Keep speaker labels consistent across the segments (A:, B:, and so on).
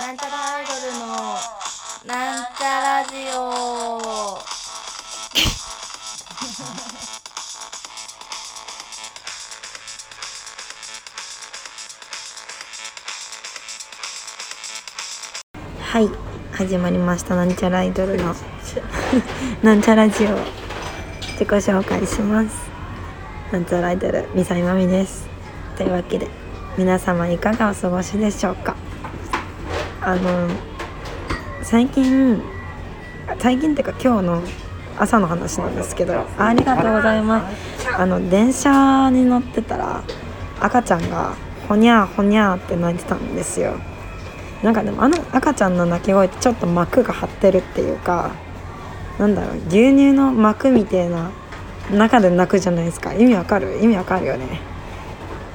A: なんちゃらアイドルのなんちゃラジオ
B: はい始まりましたなんちゃらアイドルの なんちゃらジオ自己紹介しますなんちゃらアイドルみさいまみですというわけで皆様いかがお過ごしでしょうかあの最近最近っていうか今日の朝の話なんですけどありがとうございますあの電車に乗ってたら赤ちゃんがほにゃーほにゃーって泣いてたんですよなんかでもあの赤ちゃんの鳴き声ってちょっと膜が張ってるっていうかなんだろう牛乳の膜みたいな中で泣くじゃないですか意味わかる意味わかるよね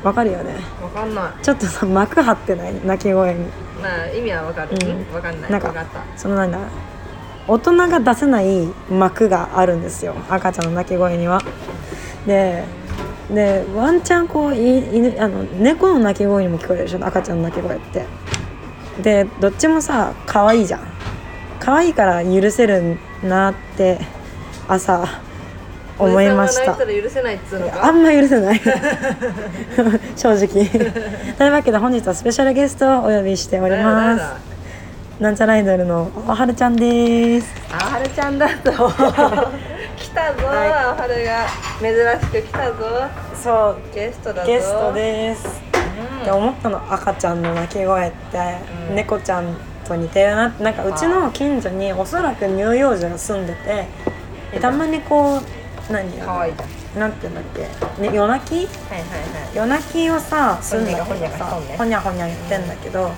B: わかるよね
C: わかんな
B: ちょっとさ膜張ってない鳴き声に
C: い。まあ意味はわかる。
B: うん
C: わ、かんない。
B: なんか
C: わかった。
B: そのなんだ大人が出せない膜があるんですよ赤ちゃんの鳴き声には。ででワンちゃんこうい犬あの猫の鳴き声にも聞こえるでしょ赤ちゃんの鳴き声って。でどっちもさ可愛いじゃん。可愛いから許せるなって朝思いました
C: おじさんが泣い。たら許せないっつうのか。
B: あんま許せない 正 直というわけで本日はスペシャルゲストをお呼びしておりま
C: だ
B: すなんちゃらアイドルのおはるちゃんです。
C: あはるちゃんだと。来たぞ、
B: はい
C: あはるが珍しく来たぞ。
B: そう、
C: ゲストだぞ。
B: ゲストです。って
C: うん。
B: 思ったの、赤ちゃんの鳴き声って、
C: うん
B: 猫ちゃんと似てるなって、なんかうちの近所におそらく乳幼児が住んでて。たまにこう、何
C: 可愛いじゃん。
B: なんていうんだっけ、ね、夜泣き。
C: はいはいはい。
B: 夜泣きをさすんだ
C: ほに
B: けど
C: ゃが
B: さ
C: ほにゃが
B: ほにゃほにゃ言ってんだけど、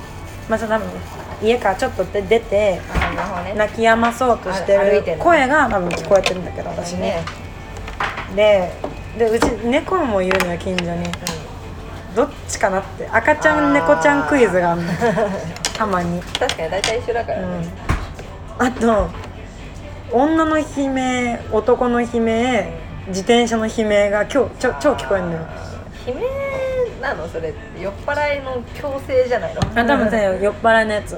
B: まあそれ多分家からちょっとで出て
C: あなるほどね。
B: 泣き止まそうとして
C: あ歩いて
B: る
C: んの
B: 声が多分聞こえてるんだけど私ねででうち猫もいるのよ近所にどっちかなって赤ちゃん
C: あー
B: 猫ちゃんクイズがあるの たまに、うん、
C: 確かに大体一緒だからね。
B: あと女の悲鳴男の悲鳴自転車の悲鳴が今日ちょ超聞こえるのよ
C: 悲鳴なのそれ酔っ払いの強制じゃないの。
B: あ多分ね酔っ払いのやつ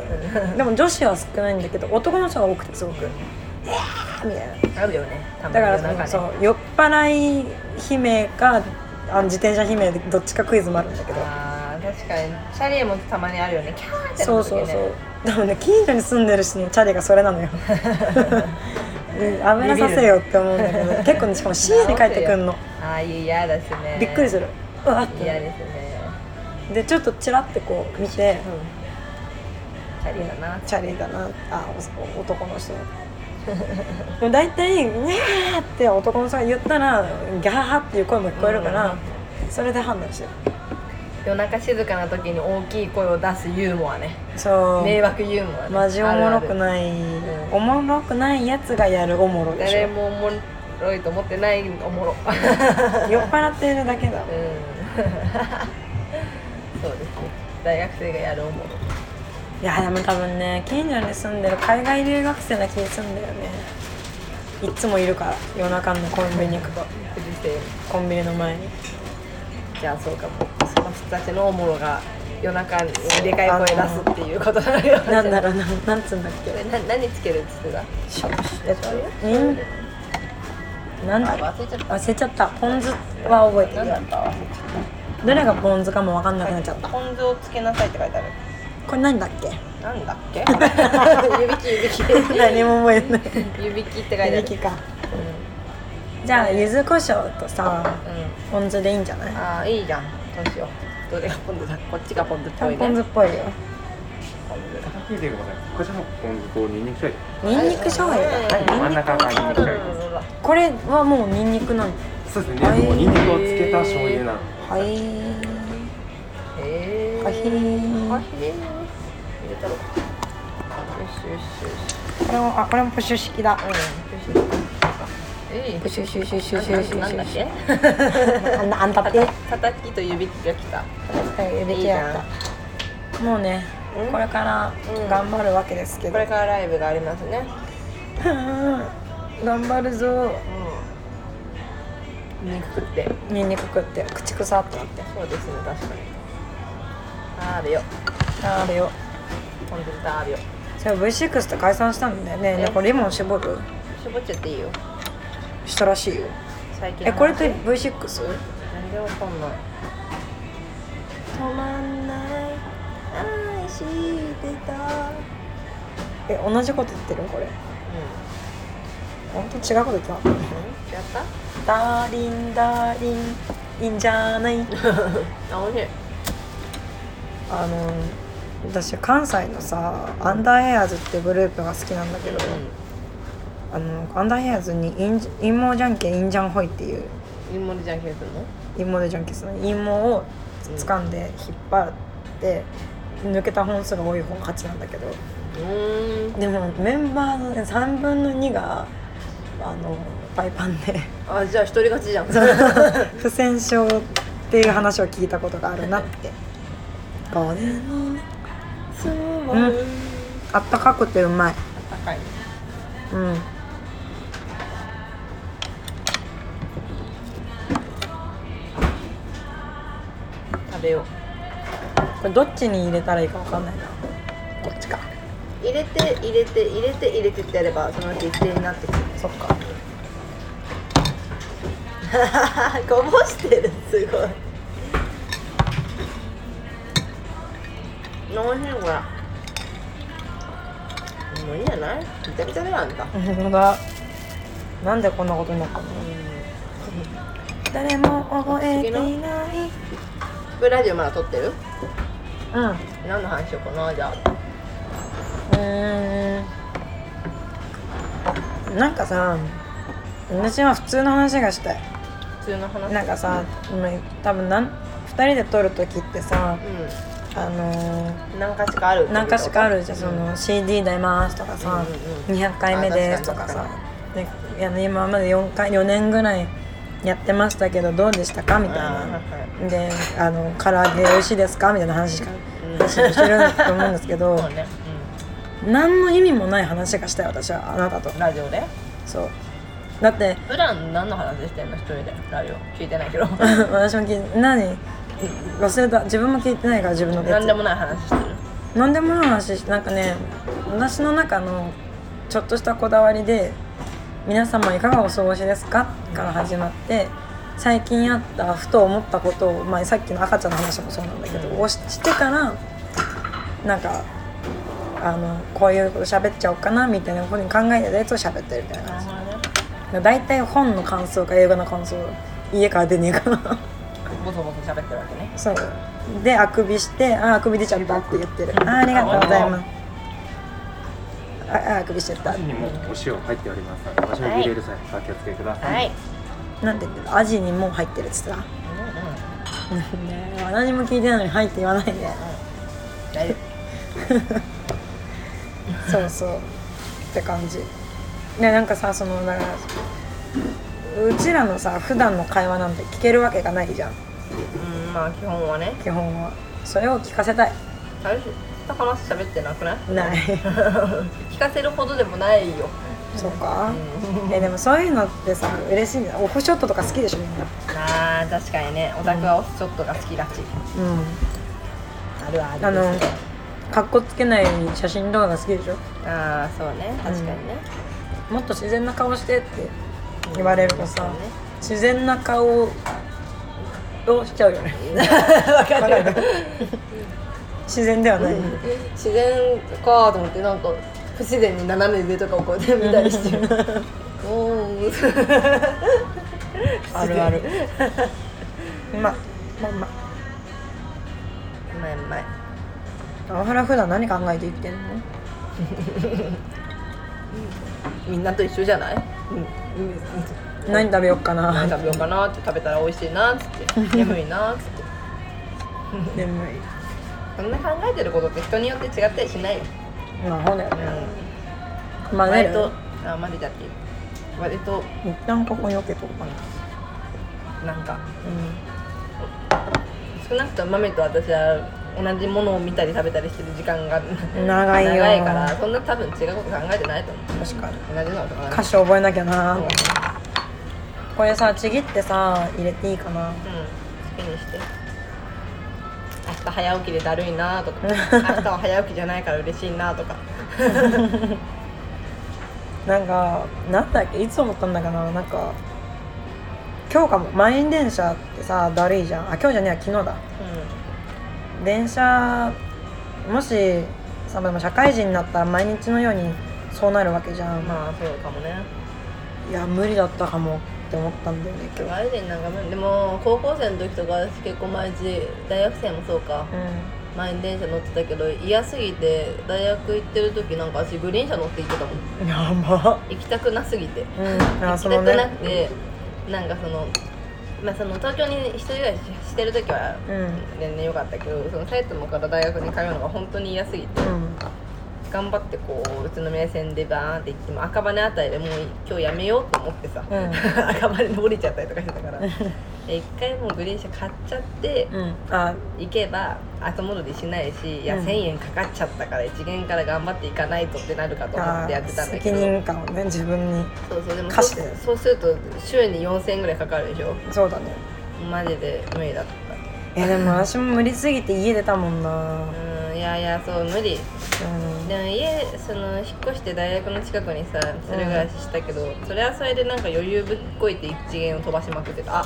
B: でも女子は少ないんだけど男の人が多くてすごく「えーみたいな
C: あるよね。たまに
B: だか
C: 夜
B: ら
C: 中
B: その
C: ね
B: そう酔っ払い悲鳴かあの自転車悲鳴でどっちかクイズもあるんだけど
C: あー確かにシャリもたまにあるよねキャーって
B: そうそうそうでもね近所に住んでるし、ね、チャリがそれなの ようん危なさせよって思うんだけど結構ねしかも深夜に帰ってくんの
C: ああいう嫌ですね
B: びっくりするうわっ
C: 嫌
B: て
C: ですね
B: でちょっとチラってこう見て
C: チャリだな
B: チャリだなあお男の人でも大体「にゃー」って男の人が言ったら「ギャー」っていう声も聞こえるから、それで判断してる
C: 夜中静かな時に大きい声を出すユーモアね
B: そう
C: 迷惑ユーモアね
B: マジおもろく
C: い
B: ない
C: ん
B: おもろくないやつがやるおもろでし
C: 誰
B: ょ
C: もおもろいと思ってないおもろうん
B: 酔っ払ってるだけ だ
C: そうですね大学生がやるおもろ
B: いやでも多分ね近所に住んでる海外留学生な気がするんだよねいっつもいるから夜中のコンビニ行くと
C: うるせえ
B: コンビニの前に
C: じゃあそうかもその人たちのおもろが夜中にでかい声出すっていうことなのよ
B: なんだろうななんつうんだっけ
C: これな何つけるっつってた
B: しょえっとにんなんだ
C: 忘れちゃった
B: 忘れちゃったポン酢は覚えて
C: 何
B: る
C: だ
B: よ
C: った忘れちゃっ
B: どれがポン酢かも分かんなくなっちゃった
C: たポン酢をつけなさいって書いてある
B: これ何だっけ
C: なんだっ け湯引き湯引き
B: 何も覚えてない
C: 湯引きって書いてあ
B: 響
C: る
B: きかじゃあ柚子胡椒とさ
C: うん、うん
B: ポン酢でいいんじゃない
C: ああいいじゃんどうしようどれがポン酢だこっちがポン酢っぽいね
B: ポン酢っぽいよ
C: ポン酢だ
D: 叩いてください。こちらのポン酢とニンニクし
B: にんにく醤油だあ
D: 真ん中がニンニク醤
C: うん
D: 油。
C: うんうん
B: これはもうにんにくなの
D: そうです
B: はい
D: ね。もうニンニクをつけた醤油なの。
B: はい
C: へえ
B: コーヒー
C: コーヒー入れたろよしよしよし
B: これもあこれもプシュ式だ
C: うんよしよしえ
B: プシュシュシュシュシュシ
C: い
B: ュ
C: なん
B: シ
C: だ
B: ュ
C: っ
B: シ
C: け
B: ュあんなあんたって
C: たたたきと湯引きが来た
B: できやったもうね
C: うん
B: これから
C: うん
B: 頑張るわけですけ
C: こ
B: ど
C: れからライブがありますね
B: うん頑張るぞ
C: うん肉食って
B: にんにく食って口臭ってなって
C: そうですね確かにあれよ
B: あれよ
C: コンデュタービオ
B: じゃあ V6 って解散したんだよね。なんかレモン絞る
C: 絞っちゃっていいよ
B: したらしいよ。
C: 最近
B: え、これって
C: でなん
B: V6?
C: でわかんない
B: 止まんない愛してたえ、同じこと言ってるこれ。
C: う
B: 本当違うこと言ってた。
C: んやった
B: ダーリンダーリンいいんじゃない
C: あ、おいしい
B: あの私関西のさアンダーエアーズってグループが好きなんだけど、あのアンダーエアーズにインジ陰謀じゃんけんインジャンホイっていう
C: インモリじゃんけんするの
B: 陰謀でじゃんけんするの陰謀を掴んで引っ張って抜けた本数が多い方が勝ちなんだけど
C: うーん
B: でもメンバーのね3分の2があのパイパンで
C: あ、じゃあ一人勝ちじゃ ん
B: 不戦勝っていう話を聞いたことがあるなって。これの
C: そう
B: うんあったかくてうまい。
C: 高い
B: うん。
C: 食べよう
B: これどっちに入れたらいいかわかんないな。こっちか。
C: 入れて入れて入れて入れてってやればそのうち一定になってくる
B: そっか。
C: こぼしてるすごいおいしいこれもういいんじゃないめちゃめちゃだよあんた
B: ほんだ。 なんでこんなことになったの？誰も覚えていない。
C: ブラジオまだ撮ってる
B: うん。う
C: 何の話しようかなじゃ
B: ーん。なんかさ、私は普通の話がしたい。
C: あ普通の話
B: なんかさ、今多分なん二人で撮る時ってさ、
C: う
B: あのー
C: ん何かしかある
B: 何かしかあるじゃん、
C: うん
B: その CD 出ますとかさ、
C: うん
B: 200回目ですとか
C: あ
B: さ
C: 確か
B: でいや、ね、今まで4回4年ぐらいやってましたけどどうでしたかみたい
C: あー
B: な
C: は。いはい
B: であの唐揚げ美味しいですかみたいな話しか
C: ん
B: 話をしてると思うんですけど
C: そうね、
B: 何の意味もない話がしたい私はあなたと
C: うん、ラジオで
B: そうだって
C: 普段何の話してんの一人でラジオ聞いてないけど
B: 私も聞いて何忘れた自分も聞いてないから自分のやつ
C: 何でもない話してる
B: 何でもない話なんかね私の中のちょっとしたこだわりで「皆様いかがお過ごしですか?」から始まって最近あったふと思ったことを、まあ、さっきの赤ちゃんの話もそうなんだけどをししてからなんかあのこういうこと喋っちゃおうかなみたいなことに考えてたやつを喋ってるみたいな感じ
C: ほどね
B: だ大体本の感想か映画の感想家から出ねえから
C: ボソボソ喋ってるわけね
B: そうであくびして「あーあくび出ちゃった」って言ってる「あーありがとうございます」ああーあくびしちゃった
D: 箸にもお塩入っておりますので、お塩入れる際、お気をつけください。
C: い、
B: なんて言ってたアジにもう入ってるっつってたね
C: うん
B: え何も聞いてないのに「はい」って言わないで
C: うん、大丈
B: そうそうって感じねなんかさそのだからうちらのさ普段の会話なんて聞けるわけがないじゃん
C: 夫うんまあ基本はね
B: 基本はそれを聞かせたい
C: 最初話喋ってなくない
B: ない
C: 聞かせるほどでもないよ、
B: そうか
C: うん、
B: えでもそういうのってさ嬉しいんだオフショットとか好きでしょみんな
C: あー確かにねオタクはオフショットが好きがち
B: う
C: あるあ
B: んあのかっこつけない写真動画好きでしょ
C: ああそうね確かにね、
B: もっと自然な顔してって言われるとさ、
C: うん
B: 自然な顔をしちゃうよね
C: わかる
B: 自然ではない、
C: 自然かと思ってなんか不自然に斜め上とかをこうやって見たりしてるうん
B: あるあるままま
C: うまいうまい
B: あはら普段何考えて生きてんの
C: みんなと一緒じゃないうんうん
B: 何食べよっか
C: 何
B: な
C: 食べようかなって食べたら美味しいなっつ って眠いなっつって
B: 眠
C: そんな考えてることって人によって違ったりしないよ、
B: いまあそうだよ
C: う
B: ね
C: ん、
B: まあ
C: 割
B: ね
C: とあ混ぜちゃっていい割と
B: 一旦ここに置けとこうかな
C: なんか少なくとも豆と私は同じものを見たり食べたりしてる時間が
B: 長いよ
C: 長いからそんな多分違うこと考えてないと思う
B: 確かに
C: 同じのとか
B: 歌詞覚えなきゃな、
C: うん、うん、好
B: これさちぎってさ入れていいかな
C: きにしてあ朝早起きでだるいなとか 明日は早起きじゃないから嬉しいなとか
B: なんかなんだっけいつ思ったんだかななんか今日かも満員電車ってさだるいじゃんあ今日じゃねえや昨日だ電車もしさまあでも社会人になったら毎日のようにそうなるわけじゃ
C: うん
B: ん、
C: まあそうかもね
B: いや無理だったかもって思ったんだよね今日
C: あれでなんかでも高校生の時とか私結構毎日大学生もそうか
B: う
C: 満員電車乗ってたけど嫌すぎて大学行ってる時なんか私グリーン車乗って行ってたもん
B: んやば
C: 行きたくなすぎて
B: うん
C: 行
B: あ
C: き
B: そ
C: た
B: の
C: く
B: ね
C: なくて、なんかその,、まあ、その東京に一人暮らししてる時は
B: うんうん
C: 全然良かったけどその埼玉から大学に通うのが本当に嫌すぎて頑張ってこう宇都宮線でバーンって行っても赤羽あたりでもう今日やめようと思ってさ、
B: うん
C: 赤羽で降りちゃったりとかしてたから一回もうグリーン車買っちゃって
B: うんあ
C: 行けば後戻りしないしいや
B: うん
C: 1,000円かかっちゃったから1元から頑張っていかないとってなるかと思っ
B: あ
C: てやってたんだけ
B: 責
C: ど。
B: 任感をね自分に
C: そうそうでもそ
B: 歌
C: う
B: 詞で
C: そうすると週に4000円ぐらいかかるでしょ
B: そうだね
C: マジで無理だった
B: いやでも私も無理すぎて家出たもんなうん
C: うんいやいやそう無理でも家その引っ越して大学の近くにさ一人暮らししたけど、それはそれでなんか余裕ぶっこいて一元を飛ばしまくってたあ
B: あ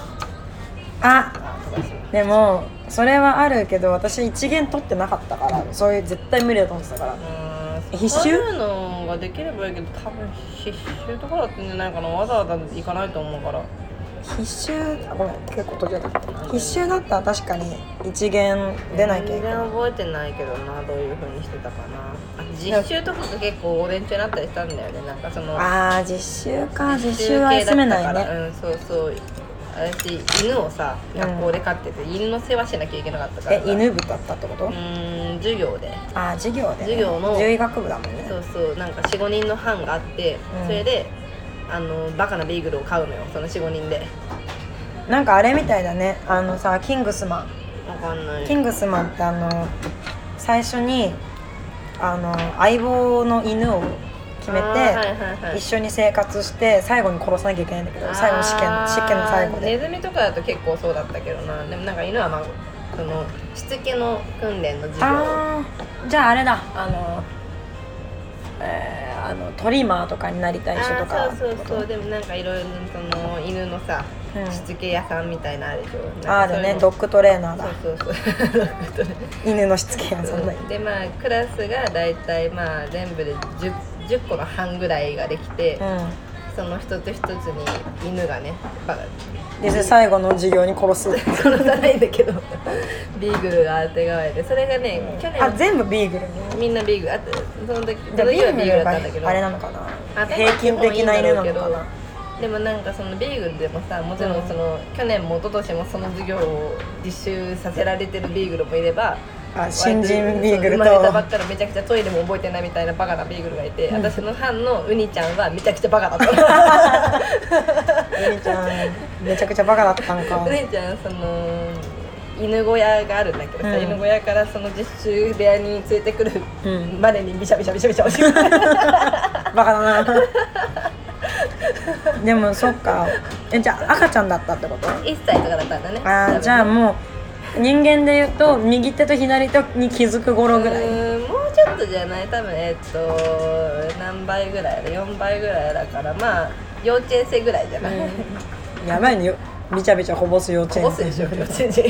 C: あ飛ばしまくっ
B: でもそれはあるけど私一元取ってなかったからそういう絶対無理だと思ってたから
C: たうん
B: 必修
C: そういうのができればいいけど多分必修とかだったんじゃないかなわざわざ行かないと思うから
B: 必修あごめん結構途切れた必修だったら確かに一元出なきゃい
C: 全
B: け
C: 然
B: ない
C: 覚えてないけどなどういうふうにしてたかなあ実習とかが結構午前中になったりしたんだよねなんかその
B: あー実習か実習は休めないね
C: うんそうそう私犬をさ
B: うん
C: 学校で飼ってて、犬の世話しなきゃいけなかったから
B: え
C: さ
B: 犬部だったってこと、
C: うーん授業で
B: ああ授業で、ね、
C: 授業の
B: 獣医学部だもんね
C: そうそうなんか45人の班があって、
B: うん
C: それであのバカなビーグルを飼うのよその45人で
B: なんかあれみたいだねあのさキングスマ
C: わかんない
B: ンキングスマンってあの最初にあの相棒の犬を決めて、
C: あーはいはいはい
B: 一緒に生活して最後に殺さなきゃいけないんだけど最後試験
C: あー
B: 試験の最後で、
C: ネズミとかだと結構そうだったけどなでもなんか犬はまあそのしつけの訓練の授業
B: ああじゃああれだあのえー、あのトリマーとかになりたい人とか
C: あーそうそうそうでもなんかいろいろその犬のさ
B: うん
C: しつけ屋さんみたいなあるでしょなんか
B: ああ
C: そう
B: だ
C: いう
B: ね
C: の
B: ドッグトレーナーだ
C: そうそうそう
B: 犬のしつけ屋さんだ
C: でまあクラスが大体まあ全部で 10, 10個の班ぐらいができて、
B: う
C: その一つ一つに犬がね バカ
B: んで最後の授業に殺す
C: 殺さないんだけど ビーグルがあてがわれてそれがね去年
B: あ全部ビーグルね
C: みんなビーグルあとその時
B: じ
C: そ
B: ゃあ
C: の
B: ビ
C: 時は
B: ー
C: ビーグ
B: グル
C: ルだ
B: が
C: ったんだけど
B: あれなのかな
C: あ
B: 平均的な犬なのかな
C: でもなんかそのビーグルでもさもちろ
B: うん
C: んその、去年も一昨年もその授業を実習させられてるビーグルもいれば
B: あ新人ビーグル
C: 生まれたば
B: と
C: っかりめちゃくちゃトイレも覚えてないみたいなバカなビーグルがいて、私の班のウニちゃんはめちゃくちゃバカだった
B: ゆみちゃんめちゃくちゃバカだったんか
C: ウニちゃんその犬小屋があるんだけどさ、
B: うん
C: 犬小屋からその実習部屋に連れてくる
B: うん
C: までにビシャビシャビシャビシャ教えて
B: バカだな でもそっかえじゃあ赤ちゃんだったってこと
C: 1歳とかだったんだね
B: あーじゃあもう人間で言うと右手と左手に気づく頃ぐら
C: う
B: い
C: ーんもうちょっとじゃない多分えっと何倍ぐらいだ4倍ぐらいだからまあ幼稚園生ぐらいじゃない、
B: やばいねよびちゃびちゃこぼす幼稚
C: こ
B: 園
C: ぼすでしょ幼稚園生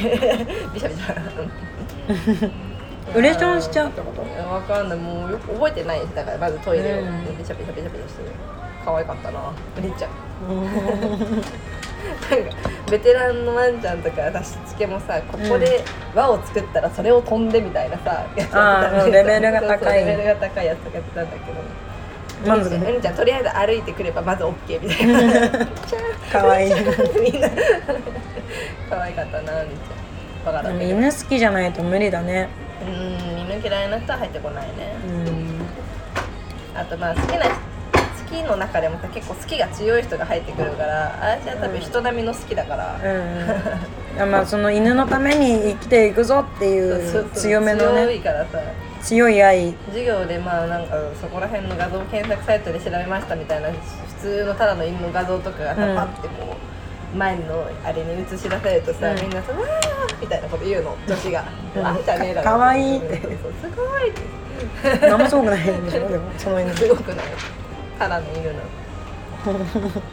C: びしゃびしゃ
B: ウレションしちゃうってこと
C: 分かんないもうよく覚えてないしだからまずトイレを
B: うん
C: びしゃびしゃびしゃびしゃしてる可愛かったなお兄ちゃんなんかベテランのワンちゃんとか私しつけもさここで輪を作ったらそれを飛んでみたいなさ、やつやってたんだ
B: あー
C: けど
B: レベルが高い
C: そうそうレベルが高いやつとかやってたんだけど
B: 満足
C: うん うんちゃんとりあえず歩いてくればまず OK みたいな
B: かわいい
C: みんな可愛かったなうんちゃんバカだ
B: で
C: っ
B: も
C: たけどう
B: 犬好きじゃないと無理だね
C: ん犬嫌いな人は入ってこないね
B: うん
C: あとまあ好きな人好きの中でもさ結構好きが強い人が入ってくるから私は多分人並みの好きだから、
B: うんまあその犬のために生きていくぞってい
C: そう
B: う
C: そう
B: 強めの
C: 強
B: ね
C: いからさ
B: 強い愛
C: 授業でまあなんかそこら辺の画像検索サイトで調べましたみたいな普通のただの犬の画像とかがさ、
B: うん
C: パッてこう前のあれに映し出されるとさ、みんなさ「わー」みたいなこと言うの女子が「わー」じゃねえだろ
B: かわいいって
C: そうすごいって
B: 何もすごくないんでしょでもそ の犬
C: すごくないただの犬 なの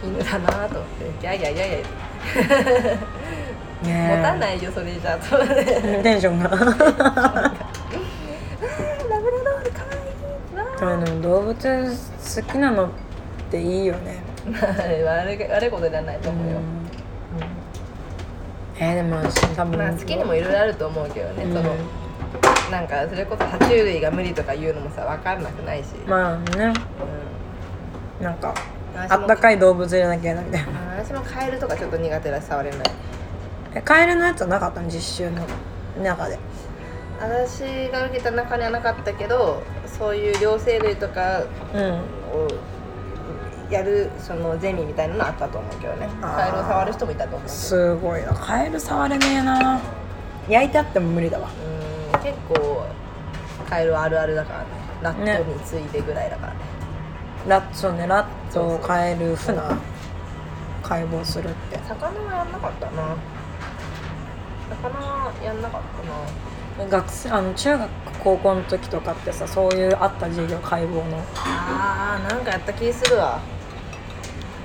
C: 犬だなと思ってギャーギャーギャーギャー
B: ね
C: 持たないよそれじゃあと思って
B: テンションが
C: ラブラドールかわいいわ
B: でも動物好きなのっていいよね
C: ーまああれは悪い悪いことじゃないと思うよ、
B: えー、でも私多分、
C: まあ好きにもいろいろあると思うけどね、
B: うん
C: そのなんかそれこそ爬虫類が無理とか言うのもさ分かんなくないし、
B: まあね
C: うん
B: なんか
C: 私
B: あ
C: も
B: ったかい動物入れなきゃなみたい
C: あ
B: な
C: ー私もカエルとかちょっと苦手だし触れない
B: えカエルのやつはなかったの実習の中で
C: 私が受けた中にはなかったけどそういう両生類とか
B: うん
C: をやるそのゼミみたいなのあったと思うけどね
B: あー
C: カエルを触る人もいたと思うけど
B: すごいなカエル触れねえな焼いてあっても無理だわ
C: うん結構カエルはあるあるだからねラットに次いでぐらいだからね
B: ラッツをねラッツをカエルフナ解剖するって
C: 魚はやんなかったな魚はやんなかったな
B: 学生あの中学高校の時とかってさそういうあった授業解剖の
C: あーなんかやった気するわ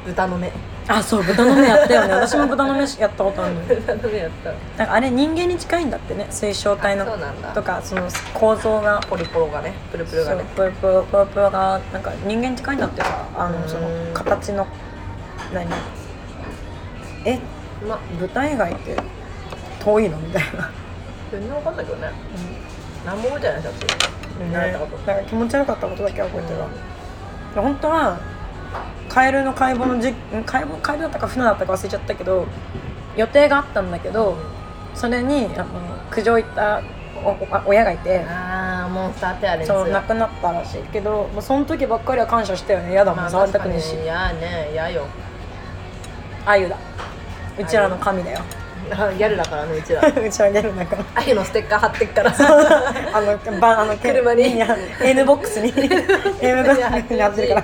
C: 豚の目
B: あそう豚の目やった よね私も豚の目やったことあるのよ
C: 豚の目やった
B: なんかあれ人間に近いんだってね水晶体の
C: そうなんだ
B: とかその構造が
C: ポリポロがねプルプルがね
B: そうプロプロプロがなんか人間に近いんだってさあ
C: う
B: の
C: ん
B: その形の何え
C: まあ
B: 豚以外って遠いのみたいな
C: 全然わかんないけどね、なん、何も覚えてないし私習ったこと
B: なんか気持ち悪かったことだけは覚えてるわ、本当はカエルの解剖のじん解剖カエルだったか船だったか忘れちゃったけど予定があったんだけどそれにあの苦情行ったおおあ親がいて、
C: ああモンスターペアレンツ
B: そう亡くなったらしいけど、まあ、その時ばっかりは感謝したよね嫌だもん、
C: まあ
B: 触
C: 確
B: りた
C: か
B: く
C: に
B: ねえし
C: いやねいやよ
B: あゆだうちらの神 だよ
C: ギャルだからねうちら
B: うちらギャルだから
C: あゆのステッカー貼ってっから
B: あのバあの
C: 車に
B: いや N ボッ クスに N ボックスになってるから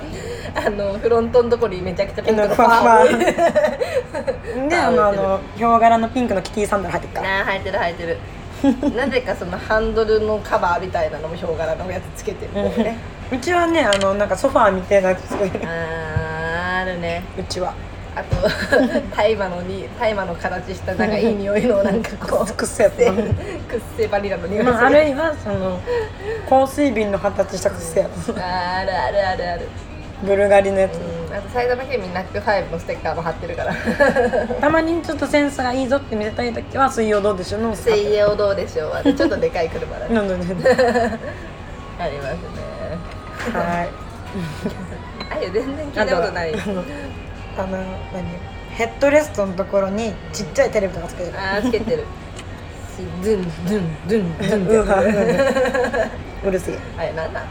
C: あのフロントのところにめちゃくちゃピンク
B: の
C: の
B: ふわふわ
C: ファー
B: であの あのヒョウ柄のピンクのキティサンダル入ってるから
C: なあ履いてる履いて るなぜかそのハンドルのカバーみたいなのもヒョウ柄のやつつけてるんだよね
B: うちはねあのなんかソファーみたいなやつ作る
C: あーあるね
B: うちは
C: あ と大麻のに大麻の形したなんかいい匂いのなんか こう
B: くっせえや
C: くっせバニラの匂いす
B: つ
C: る
B: まああるいはその香水瓶の形したくっせえやつ
C: ああるあるあるある
B: ブルガリのやつ
C: うんあと埼玉県民ナックファイブのステッカーも貼ってる から
B: たまにちょっとセンスがいいぞって見せたい時は水曜どうでしょうの
C: 水曜どうでしょうはちょっとでかい車だね
B: なんだね
C: ありますね
B: はい
C: あゆ全然聞いたことない
B: あとはあのあの何ヘッドレストのところにちっちゃいテレビとかつけてる
C: あーつけてるしドゥンドゥンドゥンドゥン
B: うわうるせえ
C: あれなんだ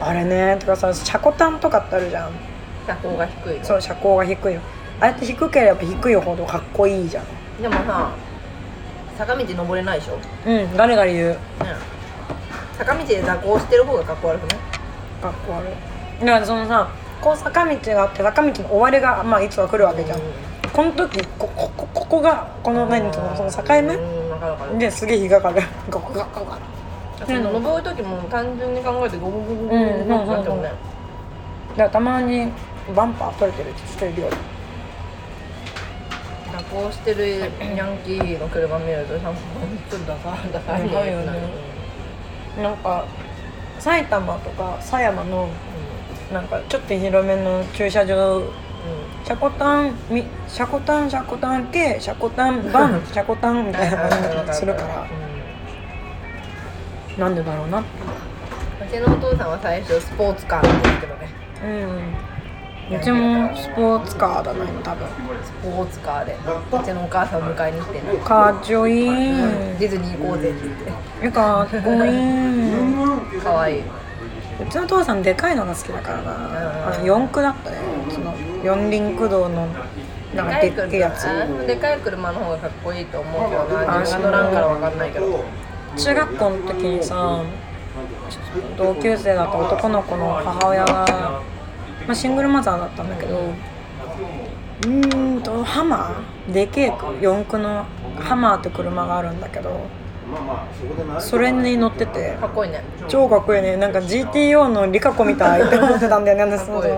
B: あれねとかさ車庫端とかってあるじゃん
C: 車高が低いの
B: そう車高が低いよああやって低ければ低いほどかっこいいじゃん
C: でもさ坂道登れないでしょ、ね、
B: うんガリガリ言う
C: 坂道で蛇行してる方がかっこ悪くない
B: かっこ悪いだからそのさこう坂道があって坂道の終わりがまあいつか来るわけじゃん、この時こここここがこの何そのその境目
C: うんわかるわかる
B: ですげえ日がかかるここがここが
C: その登る時も単純に考えてゴムゴムゴムゴムってなってもね
B: だからたまにバンパー取れてるしてるよ
C: 蛇行してるヤンキーの車見るとなんか本当にダサいダサい匂いになる
B: うんなんか埼玉とか狭山のなんかちょっと広めの駐車場 車庫端み車庫端車庫端系車庫端バ ン車庫端みたいな感じがするから
C: う
B: なんでだろうな
C: ちのお父さんは最初スポーツカーなんですけどね
B: うんうちもスポーツカーだな今多分
C: スポーツカーでうちのお母さんを迎えに来てね
B: かっちょいい
C: ディズニー行こうぜって言って
B: かっこいいう
C: かわいい
B: ちの父さんでかいのが好きだからなあの四駆だったねその四輪駆動のなんかでっけえやつ
C: でかい車の方がかっこいいと思うけどな自分が乗らんからわかんないけどうん
B: 中学校の時にさ同級生だった男の子の母親が、まあ、シングルマザーだったんだけどうーんとハマーでけえ四駆のハマーって車があるんだけどそれに乗ってて
C: かっこいいね
B: 超かっこいいねなんか GTO のリカコみたいって思ってたんだよね 私
C: かっこいい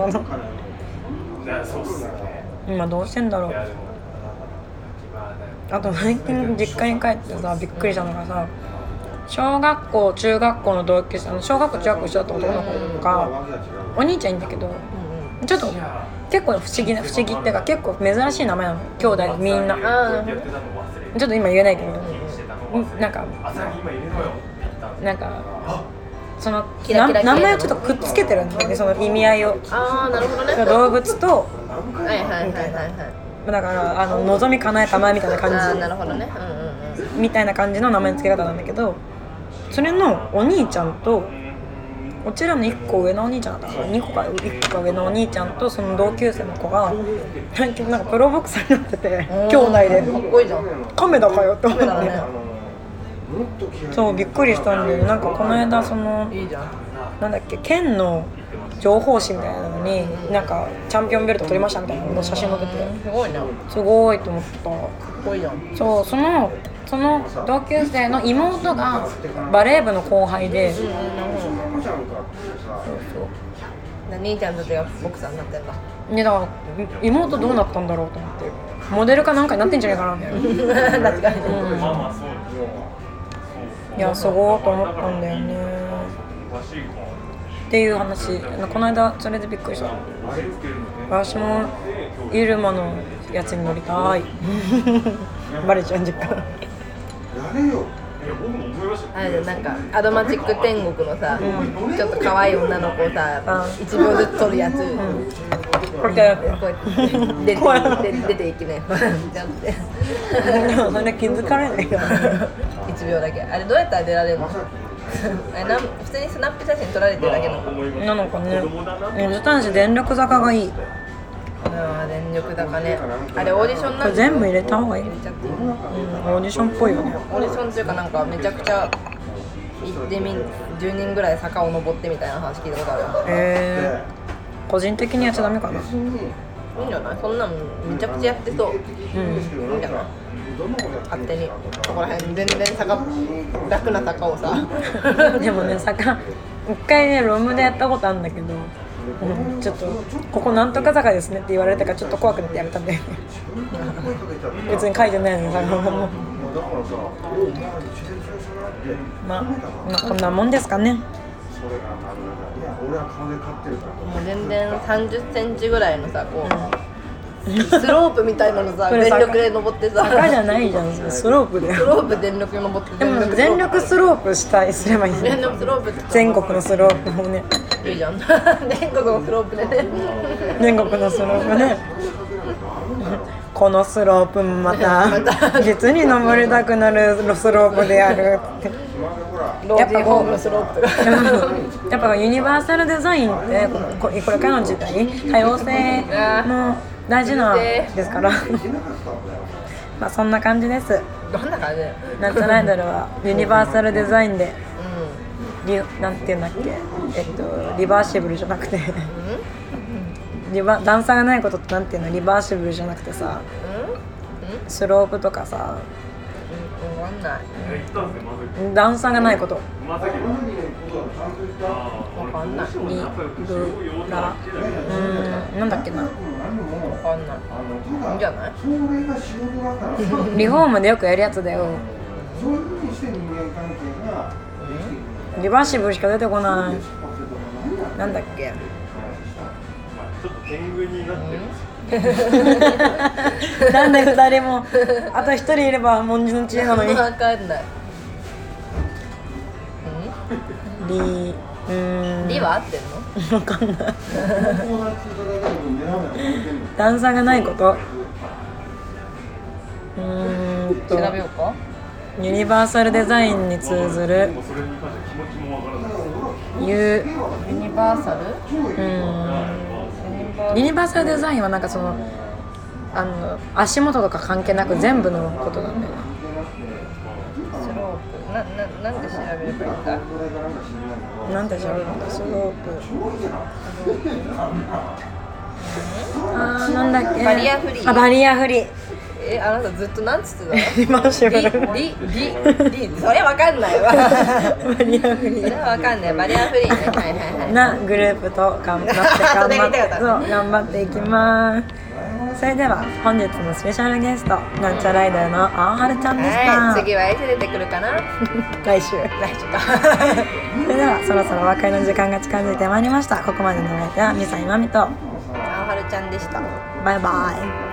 B: そうそう今どうしてんだろうあと最近実家に帰ってさびっくりしたのがさ小学校中学校の同級生あの小学校中学校一緒だった男の子がお兄ちゃんいいんだけどちょっと結構不思議な不思議っていうか結構珍しい名前なの兄弟みんな
C: ああなるほ
B: ちょっと今言えないけど、うんなんかなんかその
C: キラキラ系
B: な
C: の
B: 名前をちょっとくっつけてるんだよねその意味合いを
C: どああなるほどね
B: 動物と
C: はいはいはいはいはい
B: だからあの望み叶えたまえみたいな
C: ああ
B: 感
C: なるほどねうんうんうん
B: じみたいな感じの名前の付け方なんだけどそれのお兄ちゃんとうちらの1個上のお兄ちゃんだったから2個か1個か上のお兄ちゃんとその同級生の子が最近なんかプロボクサーになってて兄弟で
C: かっこいいじゃん
B: カメラかよって思って
C: だね
B: そうびっくりしたんだよねなんかこの間その
C: いいじゃん
B: なんだっけ県の情報誌みたいなのになんかチャンピオンベルト取りましたみたいなの写真載ってて
C: すごいなか
B: すごいと思った
C: っこいいじゃん
B: そうそのその同級生の妹がバレー部の後輩で
C: 兄ちゃんたちがボクサーになってんだ
B: でだから妹どうなったんだろうと思ってモデルかなんかになってんじゃないかなみたいな、うん、
C: 確かに
B: いやすごいと思ったんだよねっていう話この間それでびっくりした私もイルマのやつに乗りたい バレちゃうん実家
C: あれなんかアドマチック天国のさ、ちょっと可愛い女の子をさ、
B: う
C: 一秒ずつ撮るやつ、
B: これや
C: こうやって出
B: こうやっ
C: て出ていきね じゃんって
B: でもそれ気づかれないから
C: 1秒だけあれどうやったら出られるのあれなん普通にスナップ写真撮られてるだけなの
B: なのかね水端子電力坂がいい
C: あー全力だかねあれオーディションなん
B: これ全部入れた方がいい、
C: 入
B: う
C: れ
B: ん、オ
C: ちゃっていい
B: ーディションっぽいよね
C: オーディションっていうかなんかめちゃくちゃ行ってみ10人ぐらい坂を登ってみたいな話聞いたことあるよ
B: えー、個人的にやっちゃダメかない
C: いんじゃないそんなのめちゃくちゃやってそううんいいんじゃない勝手にそこら辺全然坂楽な坂を さ
B: でもね坂一回ねロムでやったことあるんだけど、うん、ちょっとここなんとか坂ですねって言われたからちょっと怖くなってやめたんだよね 別に書いてないのに坂もまあ、まあ、こんなもんですかね
C: もう全然3 0センチぐらいのさこうスロープみたいなのさ
B: これ
C: 全
B: 坂
C: 力で登ってさ
B: 坂じゃないじゃんそれスロープだ
C: ス
B: よ
C: ロープ全力で登って
B: でも全力スロープしたいすればいい
C: 全力スロープ
B: 全国のスロープもね
C: いいじゃん 全国のスロープでね
B: 全国のスロープねこのスロープも また実に登りたくなるスロープである って
C: 老人ホームのスロープ
B: やっぱユニバーサルデザインってこここれからの時代多様性も大事なんですから まあそんな感じです
C: どんな感じだよ
B: なんとアイドルはユニバーサルデザインで
C: う
B: リなんていうんだっけえっとリバーシブルじゃなくてリバ段差がないことってなんていうのリバーシブルじゃなくてさスロープとかさ
C: んわかんない
B: 段差がないこと
C: わかんない
B: リブラうんなんだっけな
C: わかんないいいんじゃない
B: リフォームでよくやるやつだよリバーシブルしか出てこないなんだっけ なんで2人もあと1人いれば文字の知恵なのに
C: わかんない
B: リうーん
C: リは合ってんの
B: 段差がないことうーんと
C: 調べようか
B: ユニバーサルデザインに通ずるユ
C: ユニバーサル
B: うーんユニバーサルデザインはなんかそのあの足元とか関係なく全部のことなんだよね
C: スロープなななんで調べればいいんだ
B: なんでしょうスロープ
E: あーなんだっけ
C: バリアフリー
E: あバリアフリー
C: えあなたずっとなんつってたの
B: 今しばらく
C: リリリリそれわかんないわ
B: バリアフリ
C: それ
B: ー
C: はわかんないバリアフリーねはいはいはい
B: なグループと頑張って
C: そ
B: 頑
C: れ
B: 張
C: や
B: っ
C: り
B: て
C: たかった
B: そう頑張っていきますそれでは本日のスペシャルゲストなんちゃらアイドルの青春ちゃんでした、
C: はい次はいつ出てくるかな
B: 来週
C: 大丈夫 か
B: それではそろそろお別れの時間が近づいてまいりましたここまでのお相手はミサイマミと
C: あはるちゃんでした
B: バイバイ